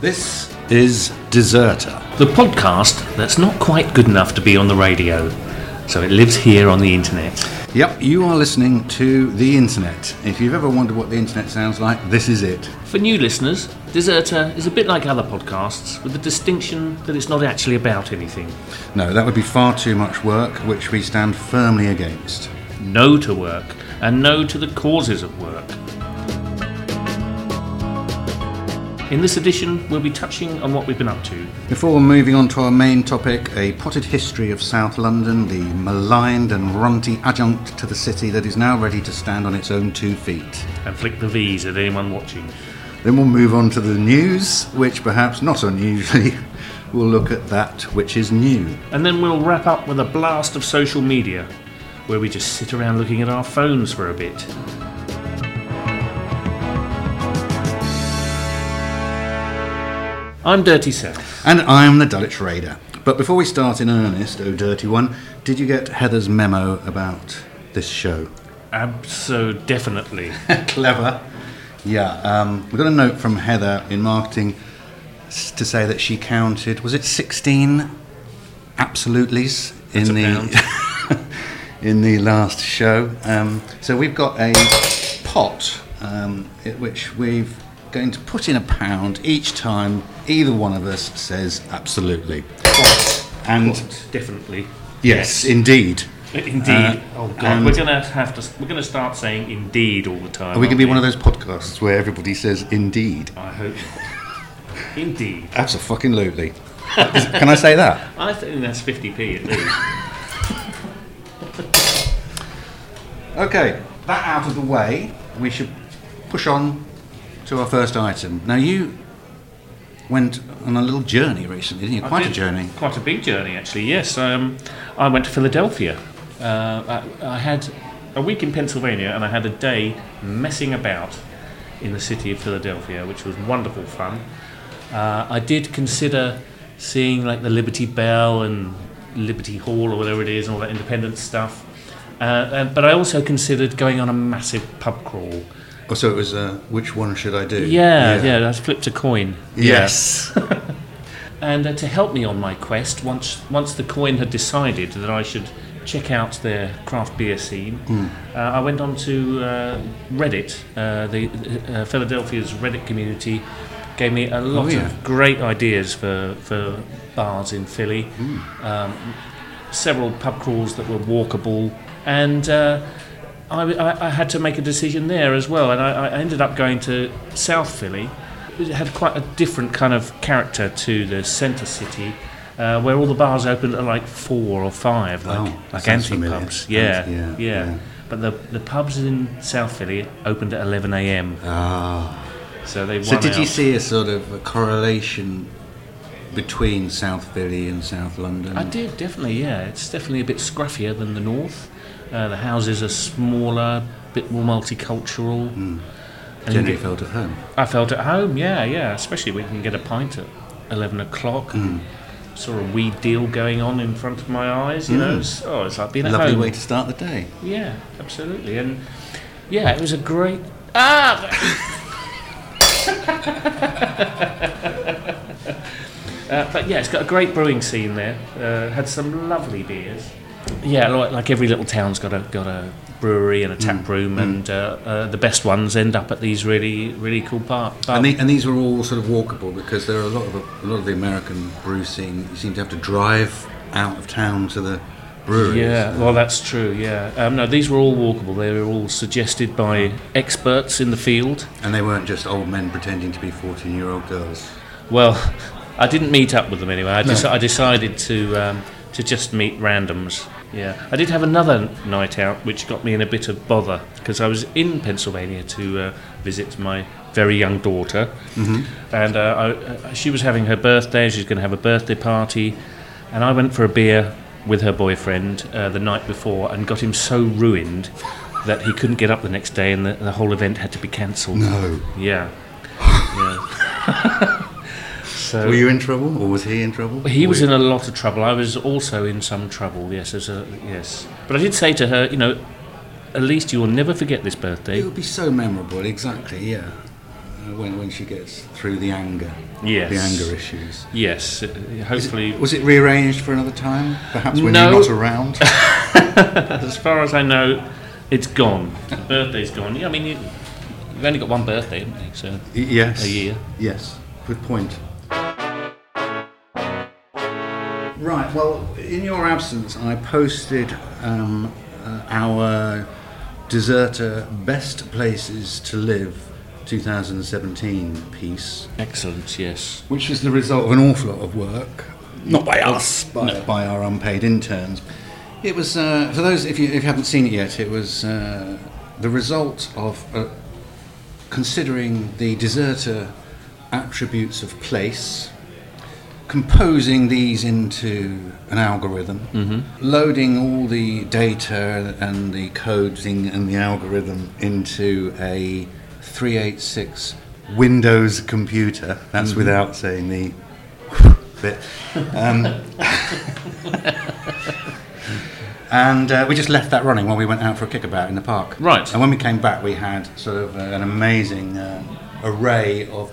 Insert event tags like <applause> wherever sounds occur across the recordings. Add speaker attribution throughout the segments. Speaker 1: This is Deserter.
Speaker 2: The podcast that's not quite good enough to be on the radio, so it lives here on the internet.
Speaker 1: Yep, you are listening to the internet. If you've ever wondered what the internet sounds like, this is it.
Speaker 2: For new listeners, Deserter is a bit like other podcasts, with the distinction that it's not actually about anything.
Speaker 1: No, that would be far too much work, which we stand firmly against.
Speaker 2: No to work, and no to the causes of work. In this edition, we'll be touching on what we've been up to.
Speaker 1: Before moving on to our main topic, a potted history of South London, the maligned and runty adjunct to the city that is now ready to stand on its own two feet.
Speaker 2: And flick the V's at anyone watching.
Speaker 1: Then we'll move on to the news, which perhaps not unusually <laughs> will look at that which is new.
Speaker 2: And then we'll wrap up with a blast of social media, where we just sit around looking at our phones for a bit. I'm Dirty Seth.
Speaker 1: And I'm the Dulwich Raider. But before we start in earnest, oh dirty one, did you get Heather's memo about this show?
Speaker 2: Abso <laughs> definitely.
Speaker 1: Clever. Yeah, um, we got a note from Heather in marketing s- to say that she counted, was it 16 absolutelys
Speaker 2: That's
Speaker 1: in
Speaker 2: a
Speaker 1: the <laughs> in the last show? Um, so we've got a pot um, at which we're going to put in a pound each time either one of us says absolutely. And
Speaker 2: definitely.
Speaker 1: yes, indeed.
Speaker 2: Indeed.
Speaker 1: Uh,
Speaker 2: oh God,
Speaker 1: and-
Speaker 2: we're gonna have to. We're gonna start saying indeed all the time.
Speaker 1: Are we going to be
Speaker 2: aren't
Speaker 1: one of those podcasts where everybody says indeed?
Speaker 2: I hope. <laughs> indeed.
Speaker 1: Absolutely. Can I say that?
Speaker 2: I think that's 50p at least.
Speaker 1: Okay, that out of the way, we should push on to our first item. Now, you went on a little journey recently, didn't you?
Speaker 2: I
Speaker 1: Quite a
Speaker 2: did.
Speaker 1: journey.
Speaker 2: Quite a big journey, actually. Yes, um, I went to Philadelphia. Uh, I, I had a week in Pennsylvania, and I had a day messing about in the city of Philadelphia, which was wonderful fun. Uh, I did consider seeing like the Liberty Bell and Liberty Hall or whatever it is, and all that independent stuff. Uh, and, but I also considered going on a massive pub crawl.
Speaker 1: Oh, so it was, uh, which one should I do?
Speaker 2: Yeah, yeah, I flipped a coin.
Speaker 1: Yes.
Speaker 2: and uh, to help me on my quest once once the coin had decided that I should check out their craft beer scene uh, I went on to uh, Reddit uh, the uh, Philadelphia's Reddit community gave me a lot
Speaker 1: yeah.
Speaker 2: of great ideas for for bars in Philly um, several pub crawls that were walkable and uh, I, I, I had to make a decision there as well, and I, I ended up going to South Philly. It had quite a different kind of character to the centre city, uh, where all the bars opened at like four or five, like,
Speaker 1: Oh, that
Speaker 2: like
Speaker 1: sounds
Speaker 2: anti pubs.
Speaker 1: familiar.
Speaker 2: Yeah,
Speaker 1: Yeah,
Speaker 2: yeah,
Speaker 1: yeah.
Speaker 2: But the, the pubs in South Philly opened at 11 a.m.,
Speaker 1: Ah.
Speaker 2: so they
Speaker 1: So,
Speaker 2: won
Speaker 1: did you
Speaker 2: out.
Speaker 1: see a sort of a correlation between South Philly and South London?
Speaker 2: I did definitely, yeah. It's definitely a bit scruffier than the north. Uh, the houses are smaller, a bit more multicultural.
Speaker 1: Hmm.
Speaker 2: And you
Speaker 1: Generally
Speaker 2: get-
Speaker 1: felt at home.
Speaker 2: I felt at home, yeah, yeah. Especially we can get a pint at 11 o'clock. Saw a weed deal going on in front of my eyes, you know. It's, oh, it's like being at
Speaker 1: Lovely
Speaker 2: home.
Speaker 1: way to start the day.
Speaker 2: Yeah, absolutely. And yeah, it was a great. Ah! <laughs> Uh, but yeah, it's got a great brewing scene there. Uh, had some lovely beers. Yeah, like, like every little town's got a got a brewery and a tap room, and uh, uh, the best ones end up at these really really cool bar. bar-
Speaker 1: And, the, and these were all sort of walkable because there are a lot of a lot of the American brew scene. You seem to have to drive out of town to the breweries.
Speaker 2: Yeah, well, that's true. Yeah, um, no, these were all walkable. They were all suggested by experts in the field.
Speaker 1: And they weren't just old men pretending to be 14 year old girls.
Speaker 2: Well, <laughs> I didn't meet up with them anyway. I, deci- I decided to um, to just meet randoms. Yeah, I did have another night out, which got me in a bit of bother because I was in Pennsylvania to uh, visit my very young daughter, and uh, I, uh, she was having her birthday. She's going to have a birthday party, and I went for a beer with her boyfriend uh, the night before and got him so ruined that he couldn't get up the next day, and the, the whole event had to be cancelled.
Speaker 1: No.
Speaker 2: Yeah. yeah. so
Speaker 1: Were you in trouble or was he in trouble?
Speaker 2: he was in a lot of trouble. I was also in some trouble. Yes, as a yes. But I did say to her, you know, at least you will never forget this
Speaker 1: It
Speaker 2: birthday.
Speaker 1: would be so memorable, exactly, yeah. uh, when, when she gets through the anger,
Speaker 2: Yes.
Speaker 1: the anger issues.
Speaker 2: Yes. uh, Hopefully,
Speaker 1: Was it rearranged for another time? Perhaps when
Speaker 2: No.
Speaker 1: you're not around?
Speaker 2: as far as I know, it's gone. The birthday's gone. Yeah, I mean, you, you've only got one birthday, haven't you? So
Speaker 1: Y- yes.
Speaker 2: A year.
Speaker 1: Yes. Good point. Right. Well, in your absence, I posted um, uh, our deserter best places to live 2017 piece,
Speaker 2: excellent. Yes.
Speaker 1: which is the result of an awful lot of work, not by us, by,
Speaker 2: No.
Speaker 1: by our unpaid interns. It was uh, for those if you, if you haven't seen it yet. It was uh, the result of uh, considering the deserter attributes of place, composing these into an algorithm,
Speaker 2: Mm-hmm.
Speaker 1: loading all the data and the coding and the algorithm into a 386 Windows computer. That's
Speaker 2: Mm-hmm.
Speaker 1: without saying the bit. Um, and uh, we just left that running while we went out for a kickabout in the park.
Speaker 2: Right.
Speaker 1: And when we came back, we had sort of uh, an amazing uh, array of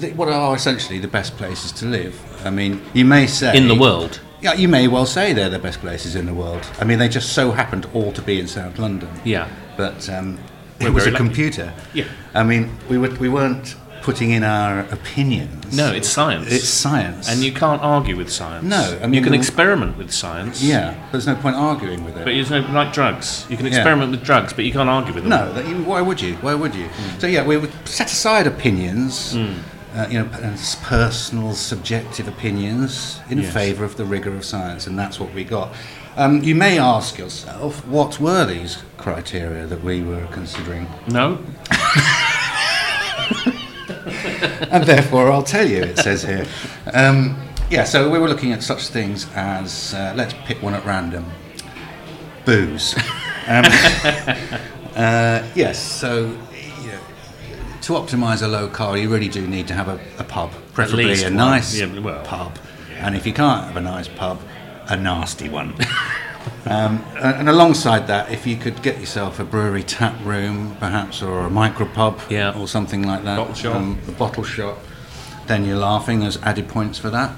Speaker 1: th- what are essentially the best places to live. I mean, you may say
Speaker 2: In the world.
Speaker 1: Yeah, you may well say they're the best places in the world. I mean, they just so happened all to be in South London.
Speaker 2: Yeah.
Speaker 1: But um,
Speaker 2: We're
Speaker 1: it was a
Speaker 2: very lucky.
Speaker 1: computer.
Speaker 2: Yeah.
Speaker 1: I mean, we were, we weren't putting in our opinions.
Speaker 2: No, it's science.
Speaker 1: It's science.
Speaker 2: and you can't argue with science.
Speaker 1: No, I
Speaker 2: you
Speaker 1: mean,
Speaker 2: can
Speaker 1: we-
Speaker 2: experiment with science.
Speaker 1: yeah, there's no point arguing with it.
Speaker 2: But it's no, like drugs. You can
Speaker 1: Yeah.
Speaker 2: experiment with drugs, but you can't argue with them.
Speaker 1: No, that you, why would you? Why would you? So yeah, we would set aside opinions, uh, you know, p- and s- personal, subjective opinions in
Speaker 2: Yes.
Speaker 1: favour of the rigour of science, and that's what we got. Um, you may ask yourself, what were these criteria that we were considering?
Speaker 2: No?
Speaker 1: and therefore I'll tell you, it says here. Um, yeah, so we were looking at such things as, uh, let's pick one at random booze. um, <laughs> uh, yes, so you know, to optimise a low car, you really do need to have a, a pub, preferably
Speaker 2: least
Speaker 1: a
Speaker 2: one.
Speaker 1: nice
Speaker 2: Yeah, well,
Speaker 1: pub. And if you can't have a nice pub, a nasty one. Um, and and alongside that, if you could get yourself a brewery tap room, perhaps, or a micropub,
Speaker 2: Yeah.
Speaker 1: or something like that, Um,
Speaker 2: Bottle shop.
Speaker 1: the bottle shop, then you're laughing. There's added points for that.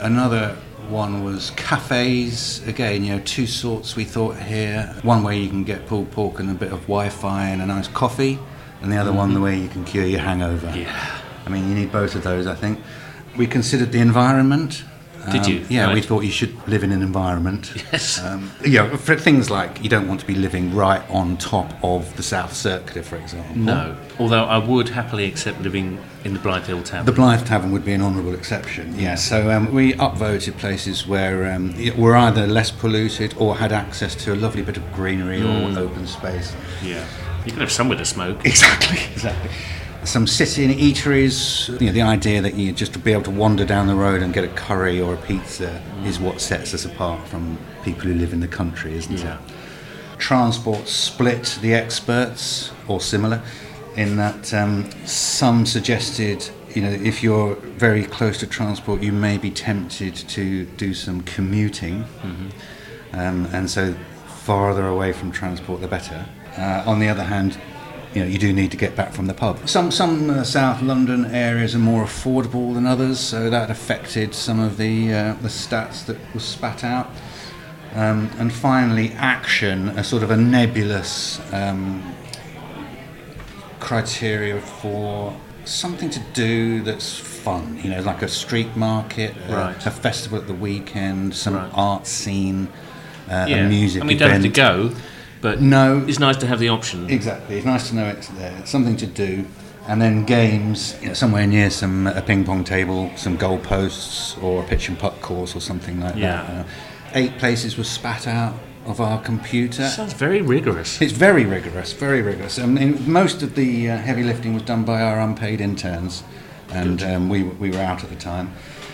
Speaker 1: Another one was cafes. Again, you know, two sorts we thought here. One way you can get pulled pork and a bit of Wi-Fi and a nice coffee, and the other one the way you can cure your hangover.
Speaker 2: Mm-hmm. Yeah.
Speaker 1: I mean, you need both of those, I think. We considered the environment. Um,
Speaker 2: Did you?
Speaker 1: Yeah, we
Speaker 2: Right.
Speaker 1: thought you should live in an environment.
Speaker 2: <laughs> Yes.
Speaker 1: Um, yeah, for things like you don't want to be living right on top of the South Circular, for example.
Speaker 2: No. Although I would happily accept living in the Blythe Hill town.
Speaker 1: The Blythe Tavern would be an honourable exception. Yeah, so um, we upvoted places where um, y- were either less polluted or had access to a lovely bit of greenery or open space.
Speaker 2: yeah. You can have somewhere to
Speaker 1: <laughs>
Speaker 2: smoke.
Speaker 1: Exactly, exactly. Some sit-in eateries. You know, the idea that you just be able to wander down the road and get a curry or a pizza is what sets us apart from people who live in the country, isn't
Speaker 2: Yeah.
Speaker 1: it? Transport split the experts or similar, in that um, some suggested. You know, if you're very close to transport, you may be tempted to do some commuting. Um, and so, farther away from transport, the better. Uh, on the other hand, you know, you do need to get back from the pub. Some some uh, South London areas are more affordable than others, so that affected some of the uh, the stats that was spat out. Um, and finally, action, a sort of a nebulous um, criteria for something to do that's fun. You know, like a street market, a,
Speaker 2: Right.
Speaker 1: a festival at the weekend, some
Speaker 2: Right.
Speaker 1: art scene, uh,
Speaker 2: yeah.
Speaker 1: a music
Speaker 2: I mean, you don't have
Speaker 1: event.
Speaker 2: to go, but
Speaker 1: No,
Speaker 2: it's nice to have the option.
Speaker 1: exactly. It's nice to know it's there. It's something to do. And then games, you know, somewhere near some a ping pong table, some goal posts, or a pitch and putt course, or something like that.
Speaker 2: Yeah.
Speaker 1: Uh, eight places were spat out of our computer.
Speaker 2: Sounds very rigorous.
Speaker 1: It's very rigorous, very rigorous. I mean, most of the uh, heavy lifting was done by our unpaid interns, and um, we, we were out at the time.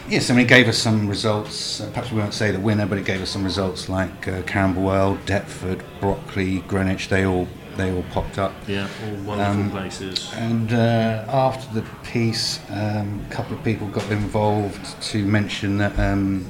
Speaker 1: Yes, I mean, it gave us some results. Uh, perhaps we won't say the winner, but it gave us some results like uh, Camberwell, Deptford, Brockley, Greenwich. They all they all popped up.
Speaker 2: Yeah, all wonderful
Speaker 1: Um,
Speaker 2: places.
Speaker 1: And uh, after the piece, um, a couple of people got involved to mention that um,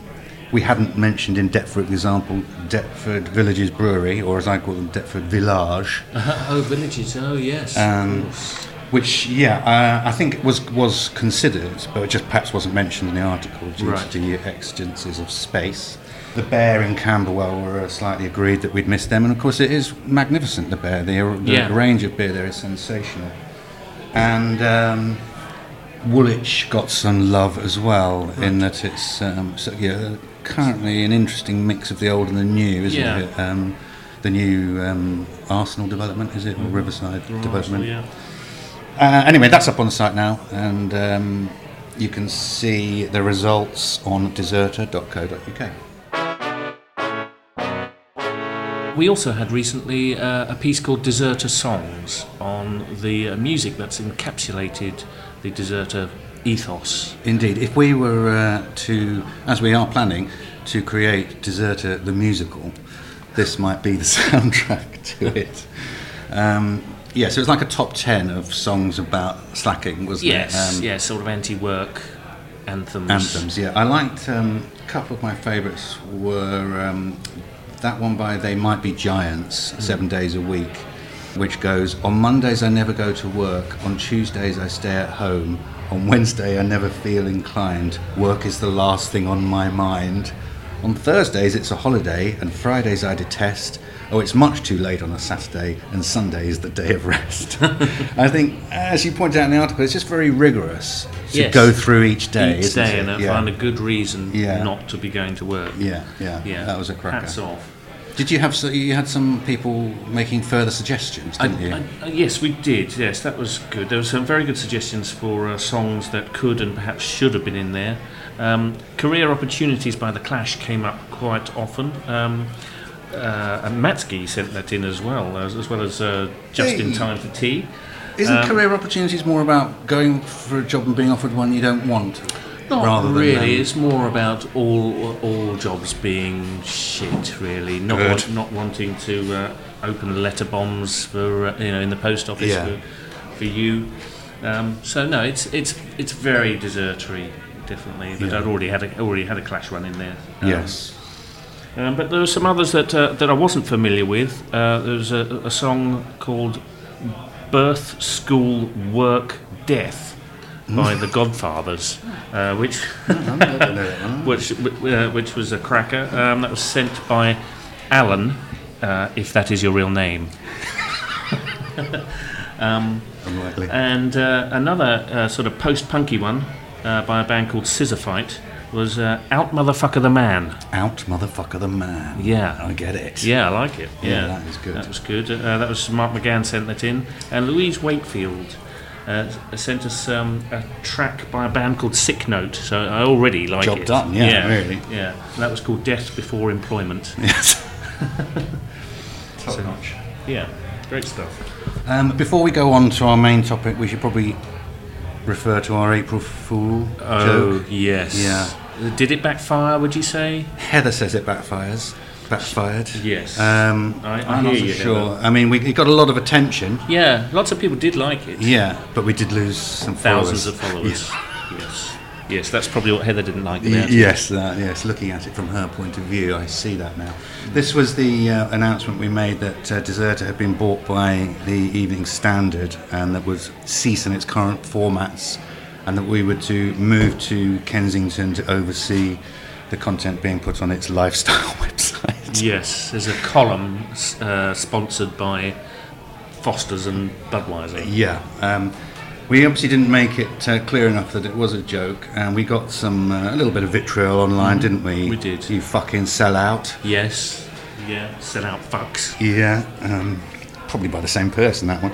Speaker 1: we hadn't mentioned in Deptford, for example, Deptford Villages Brewery, or as I call them, Deptford Village.
Speaker 2: oh, Uh, villages. Oh, yes.
Speaker 1: Um,
Speaker 2: of course.
Speaker 1: Which, yeah, uh, I think was was considered, but just perhaps wasn't mentioned in the article due
Speaker 2: Right.
Speaker 1: to the exigencies of space. The bear in Camberwell were uh, slightly agreed that we'd missed them, and of course it is magnificent. The bear, the, the
Speaker 2: Yeah.
Speaker 1: range of beer there is sensational, and um, Woolwich got some love as well in that it's um, so, yeah, currently an interesting mix of the old and the new, isn't
Speaker 2: Yeah.
Speaker 1: it? Um, the new um, Arsenal development, is it, or Riverside development?
Speaker 2: Oh, Yeah.
Speaker 1: Uh, anyway, that's up on the site now, and um, you can see the results on deserter.co.uk.
Speaker 2: We also had recently uh, a piece called Deserter Songs on the uh, music that's encapsulated the deserter ethos.
Speaker 1: Indeed, if we were uh, to, as we are planning, to create Deserter the musical, this might be the <laughs> soundtrack to it. Um, yeah, so it's like a top ten of songs about slacking, wasn't
Speaker 2: Yes,
Speaker 1: it? Um,
Speaker 2: yeah, sort of anti-work anthems.
Speaker 1: Anthems, yeah. I liked um, a couple of my favourites were um, that one by They Might Be Giants,
Speaker 2: Mm.
Speaker 1: Seven Days a Week, which goes On Mondays I never go to work, on Tuesdays I stay at home, on Wednesday I never feel inclined, work is the last thing on my mind. On Thursdays it's a holiday, and Fridays I detest. Oh, it's much too late on a Saturday, and Sunday is the day of
Speaker 2: <laughs>
Speaker 1: rest. I think, as you point out in the article, it's just very rigorous to
Speaker 2: Yes.
Speaker 1: go through each day.
Speaker 2: Each
Speaker 1: isn't
Speaker 2: day,
Speaker 1: it?
Speaker 2: and I
Speaker 1: yeah.
Speaker 2: find a good reason
Speaker 1: Yeah.
Speaker 2: not to be going to work.
Speaker 1: Yeah, yeah,
Speaker 2: Yeah,
Speaker 1: That was a cracker.
Speaker 2: Hats off.
Speaker 1: Did you have so you had some people making further suggestions,
Speaker 2: I,
Speaker 1: didn't you?
Speaker 2: I- I- uh, yes, we did. Yes, that was good. There were some very good suggestions for uh, songs that could and perhaps should have been in there. Um, Career Opportunities by The Clash came up quite often. Um, uh, and Matsky sent that in as well, as, as well as uh, Just in
Speaker 1: Hey.
Speaker 2: Time for Tea.
Speaker 1: Isn't
Speaker 2: um,
Speaker 1: career opportunities more about going for a job and being offered one you don't want,
Speaker 2: Not
Speaker 1: rather than
Speaker 2: really.
Speaker 1: um,
Speaker 2: it's more about all all jobs being shit. Really, not
Speaker 1: Good.
Speaker 2: want- not wanting to uh, open letter bombs for uh, you know in the post office
Speaker 1: Yeah.
Speaker 2: for, for you. Um, so no, it's it's it's very desertory, definitely. But
Speaker 1: Yeah.
Speaker 2: I'd already had a, already had a clash run in there. Um, <laughs>
Speaker 1: yes.
Speaker 2: um, but there were some others that uh, that I wasn't familiar with. Uh, there was a, a song called "Birth, School, Work, Death"
Speaker 1: <laughs>
Speaker 2: by the Godfathers, uh, which which uh, which was a cracker. Um, that was sent by Alan, uh, if that is your real name.
Speaker 1: Unlikely.
Speaker 2: And uh, another uh, sort of post-punky one uh, by a band called Scissor Fight was uh, "Out Motherfucker the Man."
Speaker 1: Out, motherfucker, the man.
Speaker 2: Yeah.
Speaker 1: I get it.
Speaker 2: Yeah, I like it.
Speaker 1: Yeah,
Speaker 2: Yeah,
Speaker 1: that is good.
Speaker 2: That was good. Uh, that was Mark McGann sent that in, and Louise Wakefield uh, s- sent us um, a track by a band called Sick Note. So I already like
Speaker 1: Job
Speaker 2: it.
Speaker 1: done, yeah, really.
Speaker 2: Yeah, And that was called Death Before Employment.
Speaker 1: <laughs> Yes. Top notch.
Speaker 2: yeah, great stuff.
Speaker 1: Um, before we go on to our main topic, we should probably refer to our April Fool
Speaker 2: Oh,
Speaker 1: joke.
Speaker 2: yes.
Speaker 1: Yeah.
Speaker 2: Did it backfire? Would you say?
Speaker 1: Heather says it backfires. Backfired.
Speaker 2: Yes.
Speaker 1: Um,
Speaker 2: I- I
Speaker 1: am
Speaker 2: hear
Speaker 1: not so
Speaker 2: you,
Speaker 1: sure.
Speaker 2: Heather.
Speaker 1: I mean, we, it got a lot of attention.
Speaker 2: Yeah, lots of people did like it.
Speaker 1: Yeah, but we did lose some
Speaker 2: Thousands
Speaker 1: followers.
Speaker 2: of followers. Yes. Yes, that's probably what Heather didn't like.
Speaker 1: Y-
Speaker 2: about it.
Speaker 1: Yes, that, yes. Looking at it from her point of view, I see that now. This was the uh, announcement we made that uh, Deserter had been bought by the Evening Standard and that was ceasing its current formats, and that we were to move to Kensington to oversee the content being put on its lifestyle <laughs> website.
Speaker 2: Yes, there's a column s- uh, sponsored by Foster's and Budweiser.
Speaker 1: Yeah. Um, we obviously didn't make it uh, clear enough that it was a joke, and we got some uh, a little bit of vitriol online, didn't Mm, we?
Speaker 2: we did.
Speaker 1: You fucking sell out.
Speaker 2: Yes, yeah, sell out fucks.
Speaker 1: Yeah, um, probably by the same person that <laughs> one.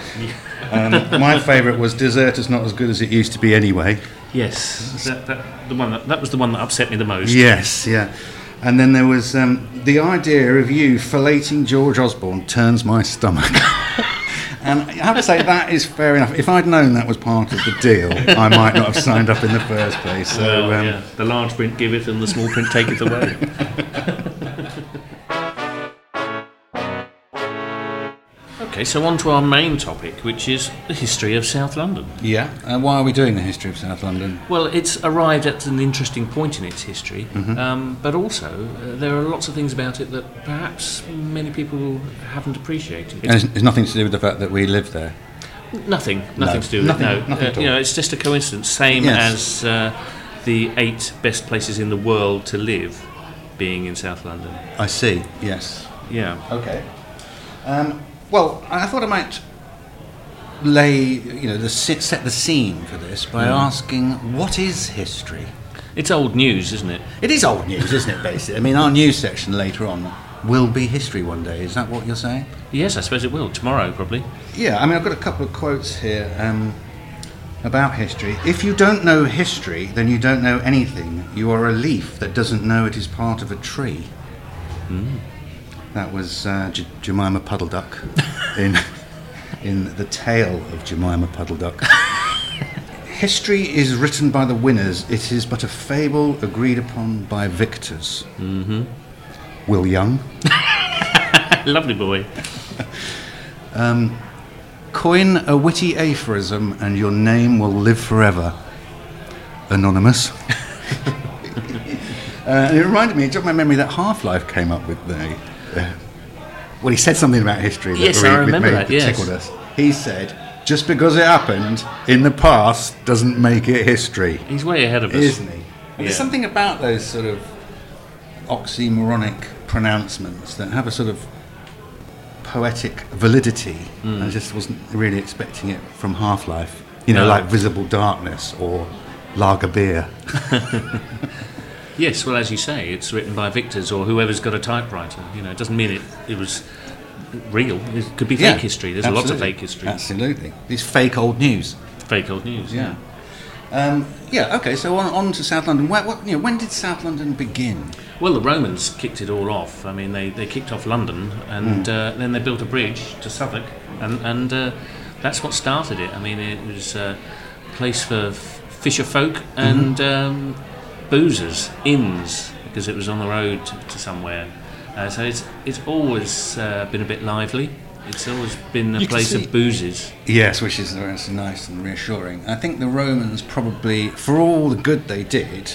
Speaker 1: um, my favourite was dessert is not as good as it used to be anyway.
Speaker 2: Yes, that, that, the one that, that was the one that upset me the most.
Speaker 1: Yes, yeah. And then there was um, the idea of you filleting George Osborne turns my stomach. <laughs> and I have to say that is fair enough. If I'd known that was part of the deal, I might not have signed up in the first place. So
Speaker 2: Well,
Speaker 1: um,
Speaker 2: yeah, the large print giveth and the small print taketh
Speaker 1: <laughs>
Speaker 2: away. okay, so on to our main topic, which is the history of South London.
Speaker 1: yeah. Uh, why are we doing the history of South London?
Speaker 2: Well, it's arrived at an interesting point in its history,
Speaker 1: Mm-hmm.
Speaker 2: um, but also uh, there are lots of things about it that perhaps many people haven't appreciated.
Speaker 1: And it's, it's nothing to do with the fact that we live there.
Speaker 2: Nothing, nothing
Speaker 1: No,
Speaker 2: to do with
Speaker 1: nothing-
Speaker 2: it. No,
Speaker 1: nothing
Speaker 2: Uh,
Speaker 1: at
Speaker 2: you
Speaker 1: all.
Speaker 2: know, it's just a coincidence. Same
Speaker 1: Yes.
Speaker 2: as uh, the eight best places in the world to live, being in South London.
Speaker 1: I see. Yes.
Speaker 2: Yeah,
Speaker 1: Okay. Um, well, I thought I might lay, you know, the, se- set the scene for this by asking what is history?
Speaker 2: it's old news, isn't it?
Speaker 1: It is old news, isn't it, basically? I mean, our news section later on will be history one day. Is that what you're saying?
Speaker 2: Yes, I suppose it will tomorrow probably. <laughs>
Speaker 1: Yeah, I mean, I've got a couple of quotes here um, about history. If you don't know history, then you don't know anything. You are a leaf that doesn't know it is part of a tree. That was uh, J- Jemima Puddle Duck in, in The Tale of Jemima Puddle Duck. history is written by the winners, it is but a fable agreed upon by victors. Mm-hmm. Will Young.
Speaker 2: Lovely boy.
Speaker 1: Coin a witty aphorism and your name will live forever. Anonymous. uh, and it reminded me, it jogged my memory that Half Life came up with the. Uh, well, he said something about history that
Speaker 2: Yes,
Speaker 1: re-
Speaker 2: I
Speaker 1: with
Speaker 2: remember
Speaker 1: me
Speaker 2: that, yes.
Speaker 1: tickled us. He said, just because it happened in the past doesn't make it history,
Speaker 2: He's way ahead of us.
Speaker 1: isn't he? And
Speaker 2: Yeah.
Speaker 1: There's something about those sort of oxymoronic pronouncements that have a sort of poetic validity. I just wasn't really expecting it from Half Life. You know,
Speaker 2: No.
Speaker 1: like Visible Darkness or Lager Beer.
Speaker 2: Yes, well, as you say, it's written by victors or whoever's got a typewriter. You know, it doesn't mean it, it was real. It could be fake history. There's lots of
Speaker 1: absolutely.
Speaker 2: fake history.
Speaker 1: Absolutely. It's fake old news.
Speaker 2: fake old news.
Speaker 1: Yeah. Um, yeah, okay, so on, on to South London. Where, what, you know, when did South London begin?
Speaker 2: Well, the Romans kicked it all off. I mean, they, they kicked off London and uh, then they built a bridge to Suffolk, and, and uh, that's what started it. I mean, it was a place for f- fisher folk and um, boozers, inns, because it was on the road to, to somewhere. Uh, so it's, it's always uh, been a bit lively. It's always been a
Speaker 1: You can
Speaker 2: place
Speaker 1: see-
Speaker 2: of boozes.
Speaker 1: Yes, which is very nice and reassuring. I think the Romans probably, for all the good they did,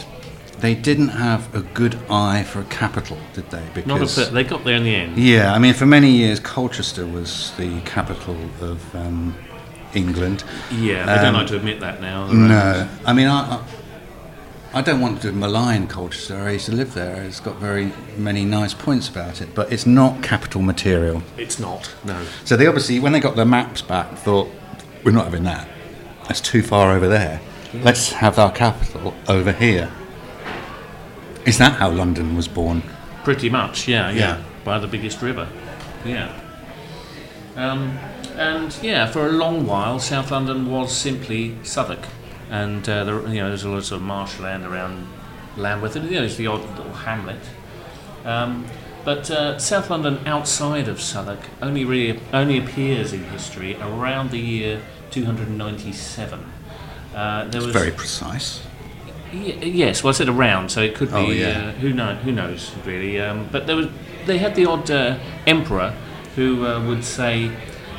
Speaker 1: they didn't have a good eye for a capital, did they? Because
Speaker 2: Not a bit, they got there in the end.
Speaker 1: Yeah, I mean, for many years, Colchester was the capital of um, England.
Speaker 2: Yeah, mm. they
Speaker 1: Um,
Speaker 2: don't like to admit that now. the Romans.
Speaker 1: No, I mean, I, I, I don't want to malign Colchester. I used to live there. It's got very many nice points about it, but it's not capital material.
Speaker 2: It's not. No.
Speaker 1: So they obviously, when they got their maps back, thought, we're not having that. That's too far over there. Let's have our capital over here. Is that how London was born?
Speaker 2: Pretty much, yeah, yeah,
Speaker 1: Yeah.
Speaker 2: By the biggest river, yeah. Um, and yeah, for a long while, South London was simply Southwark, and uh, there, you know there's a lot of marshland around Lambeth, and you know, there's the odd little hamlet. Um, but uh, South London outside of Southwark only really only appears in history around the year 297. Uh, there was
Speaker 1: Very precise.
Speaker 2: Y- yes, well, I said around, so it could be.
Speaker 1: Oh, yeah.
Speaker 2: Uh, who know? Who knows? Really. Um, but there was. They had the odd uh, emperor who uh, would say,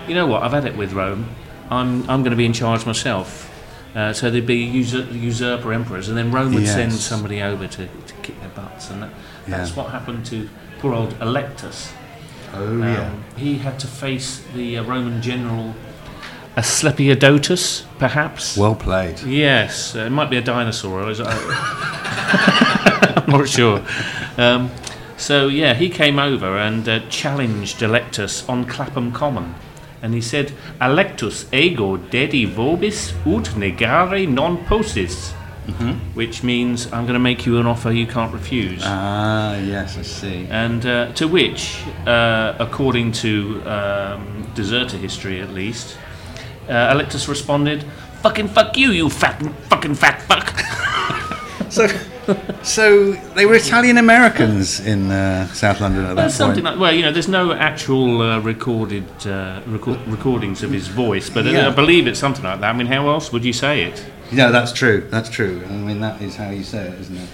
Speaker 2: "You know what? I've had it with Rome. I'm I'm going to be in charge myself." Uh, so there'd be usur- usurper emperors, and then Rome would send
Speaker 1: Yes.
Speaker 2: somebody over to, to kick their butts, and that,
Speaker 1: Yeah.
Speaker 2: that's what happened to poor old Electus.
Speaker 1: Oh,
Speaker 2: Um, He had to face the uh, Roman general Asclepiodotus, perhaps.
Speaker 1: Well played.
Speaker 2: Yes, uh, it might be a dinosaur. Or is it, I'm <laughs> not sure. Um, so yeah, he came over and uh, challenged Electus on Clapham Common, and he said, "Electus ego dedi vobis ut negare non possis," which means I'm going to make you an offer you can't refuse.
Speaker 1: Ah, yes, I see.
Speaker 2: And uh, to which, uh, according to um, deserter history at least, uh, Electus responded, "Fucking fuck you, you fat fucking fat fuck."
Speaker 1: So, so they were Italian Americans in uh, South London at that
Speaker 2: Well, <laughs> something
Speaker 1: point.
Speaker 2: like well, you know, there's no actual uh, recorded uh, reco- recordings of his voice, but
Speaker 1: Yeah.
Speaker 2: I believe it's something like that. I mean, how else would you say it?
Speaker 1: no, that's true. That's true. I mean, that is how you say it, isn't it?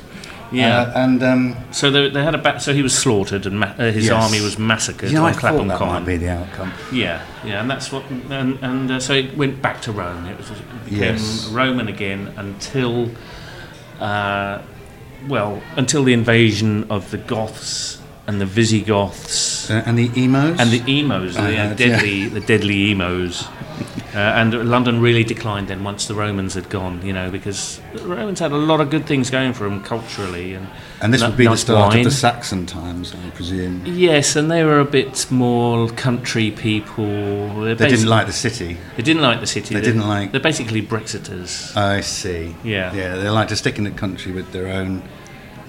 Speaker 2: Yeah.
Speaker 1: Uh, and um,
Speaker 2: so they, they had a bat. So he was slaughtered, and ma- uh, his
Speaker 1: Yes.
Speaker 2: army was massacred
Speaker 1: you know, I
Speaker 2: on
Speaker 1: thought
Speaker 2: Clapham
Speaker 1: that
Speaker 2: Common.
Speaker 1: might be the outcome.
Speaker 2: Yeah, yeah, and that's what, and, and uh, so it went back to Rome. It, was, it became
Speaker 1: Yes.
Speaker 2: Roman again until, uh, well, until the invasion of the Goths and the Visigoths
Speaker 1: Uh, and the emos.
Speaker 2: and the emos, the uh,
Speaker 1: yeah.
Speaker 2: deadly, the deadly emos. Uh, and London really declined then once the Romans had gone, you know, because the Romans had a lot of good things going for them culturally. And,
Speaker 1: And this
Speaker 2: n-
Speaker 1: would be
Speaker 2: nice
Speaker 1: the start
Speaker 2: wine.
Speaker 1: of the Saxon times, I presume.
Speaker 2: Yes, and they were a bit more country people. They
Speaker 1: They didn't like the city.
Speaker 2: They didn't like the city.
Speaker 1: They didn't like-
Speaker 2: They're basically Brexiters.
Speaker 1: I see.
Speaker 2: Yeah.
Speaker 1: Yeah, they like to stick in the country with their own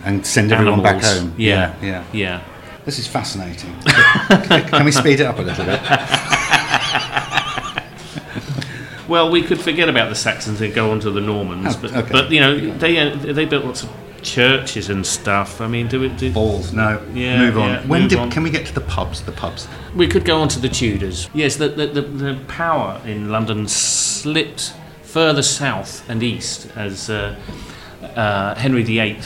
Speaker 1: and send everyone back
Speaker 2: Animals.
Speaker 1: home.
Speaker 2: Yeah.
Speaker 1: Yeah. yeah.
Speaker 2: Yeah.
Speaker 1: This is fascinating. <laughs> Can we speed it up a little bit?
Speaker 2: Well, we could forget about the Saxons and go on to the Normans,
Speaker 1: Oh,
Speaker 2: but,
Speaker 1: okay.
Speaker 2: but you know they uh, they built lots of churches and stuff. I mean, do we do,
Speaker 1: Balls. No.
Speaker 2: Yeah,
Speaker 1: move on.
Speaker 2: yeah,
Speaker 1: when
Speaker 2: move
Speaker 1: did,
Speaker 2: on.
Speaker 1: can we get to the pubs? The pubs.
Speaker 2: we could go on to the Tudors. Yes, the the, the, the power in London slipped further south and east as uh, uh, Henry VIII.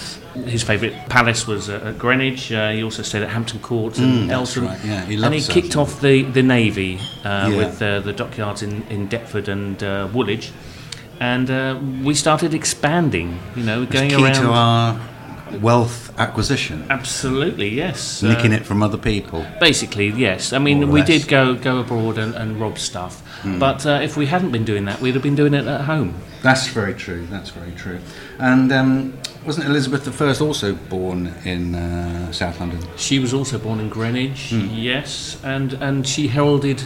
Speaker 2: His favourite palace was uh, at Greenwich. Uh, he also stayed at Hampton Court and Eltham.
Speaker 1: Mm, right, yeah, he
Speaker 2: and he
Speaker 1: loves
Speaker 2: kicked
Speaker 1: Eltham.
Speaker 2: off the, the navy uh,
Speaker 1: Yeah.
Speaker 2: with uh, the dockyards in, in Deptford and uh, Woolwich. And uh, we started expanding, you know, going
Speaker 1: Key
Speaker 2: around.
Speaker 1: to our wealth acquisition.
Speaker 2: Absolutely, yes. Uh,
Speaker 1: Nicking it from other people.
Speaker 2: Basically, yes. I
Speaker 1: More
Speaker 2: mean,
Speaker 1: or
Speaker 2: we
Speaker 1: less. Hmm.
Speaker 2: did go, go abroad and, and rob stuff, but uh, if we hadn't been doing that, we'd have been doing it at home.
Speaker 1: That's very true. That's very true. And um, wasn't Elizabeth I also born in uh, South London?
Speaker 2: She was also born in Greenwich, yes, and, and she heralded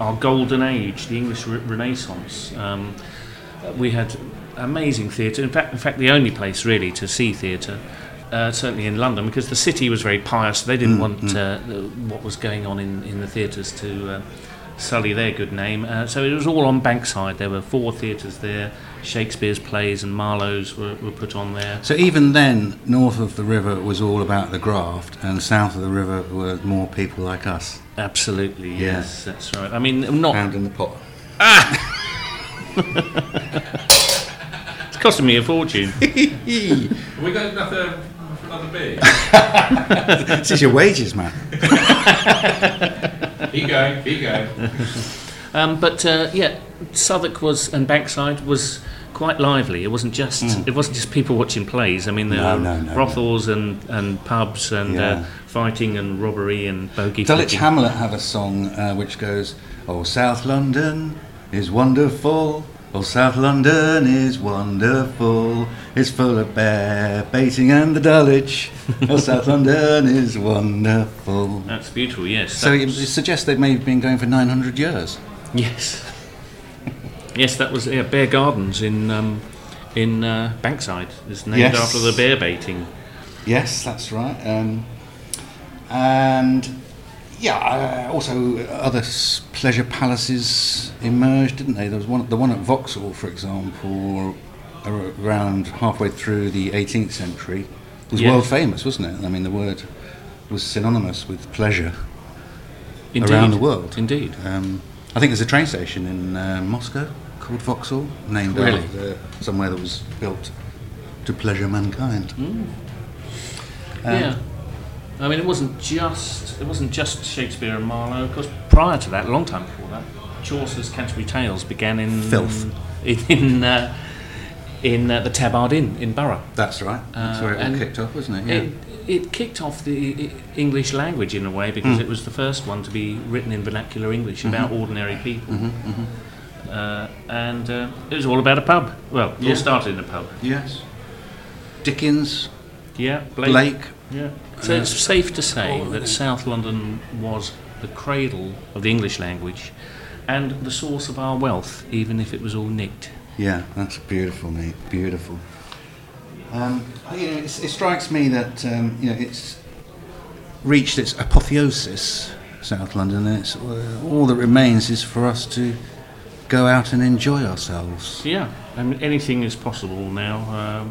Speaker 2: our golden age, the English re- Renaissance. Um, we had amazing theatre. In fact, in fact, the only place really to see theatre, uh, certainly in London, because the city was very pious. They didn't want Uh, the- what was going on in, in the theatres to uh, sully their good name. Uh, so it was all on Bankside. There were four theatres there. Shakespeare's plays and Marlowe's were, were put on there.
Speaker 1: So even then, north of the river was all about the graft, and south of the river were more people like us,
Speaker 2: Absolutely, yes, that's right. I mean, not
Speaker 1: pounding the pot. <laughs>
Speaker 2: It's costing me a fortune.
Speaker 3: Have we got enough uh, for another beer?
Speaker 1: this is your wages, man.
Speaker 3: keep going, keep going.
Speaker 2: <laughs> um, but uh, yeah, Southwark was and Bankside was quite lively. It wasn't just it wasn't just people watching plays. I mean, there
Speaker 1: Hmm. No,
Speaker 2: were
Speaker 1: no, no,
Speaker 2: brothels and and pubs and uh,
Speaker 1: Yeah.
Speaker 2: fighting and robbery and bogey.
Speaker 1: Dulwich
Speaker 2: flicking.
Speaker 1: Hamlet have a song uh, which goes, "Oh, South London is wonderful." Oh, South London is wonderful. It's full of bear baiting and the Dulwich. Oh, South London is wonderful.
Speaker 2: That's beautiful. Yes.
Speaker 1: So
Speaker 2: that
Speaker 1: it
Speaker 2: was-
Speaker 1: suggests they may have been going for 900 years.
Speaker 2: yes. <laughs> Yes, that was yeah, Bear Gardens in um, in uh, Bankside. It's named
Speaker 1: Yes.
Speaker 2: after the bear baiting.
Speaker 1: Yes, that's right. Um, and yeah, uh, also other s- pleasure palaces emerged, didn't they? There was one, the one at Vauxhall, for example, ar- around halfway through the 18th century, was
Speaker 2: Yes.
Speaker 1: world famous, wasn't it? I mean, the word was synonymous with pleasure
Speaker 2: Indeed.
Speaker 1: around the world.
Speaker 2: Indeed.
Speaker 1: Um, I think there's a train station in uh, Moscow called Vauxhall, named
Speaker 2: Really?
Speaker 1: after somewhere that was built to pleasure mankind. Um,
Speaker 2: yeah. I mean, it wasn't just it wasn't just Shakespeare and Marlowe. Of course, prior to that, a long time before that, Chaucer's Canterbury Tales began in
Speaker 1: Filth.
Speaker 2: <laughs> in in, uh, in uh, the Tabard Inn in Borough.
Speaker 1: That's right. That's
Speaker 2: Uh,
Speaker 1: where it all
Speaker 2: and
Speaker 1: kicked off, wasn't it? Yeah.
Speaker 2: It, it kicked off the E- English language in a way because
Speaker 1: Hmm.
Speaker 2: it was the first one to be written in vernacular English about
Speaker 1: Mm-hmm.
Speaker 2: ordinary people. Uh, and uh, it was all about a pub. Well, it
Speaker 1: Yeah.
Speaker 2: all started in a pub.
Speaker 1: yes. Dickens,
Speaker 2: Yeah, Blake.
Speaker 1: Blake.
Speaker 2: Yeah. So it's safe to say that South London was the cradle of the English language and the source of our wealth, even if it was all nicked.
Speaker 1: Yeah, that's beautiful, mate. Beautiful. Um, I- you know, it's, it strikes me that um, you know it's reached its apotheosis, South London, and it's uh, all that remains is for us to go out and enjoy ourselves.
Speaker 2: So yeah, I mean, anything is possible now. Um,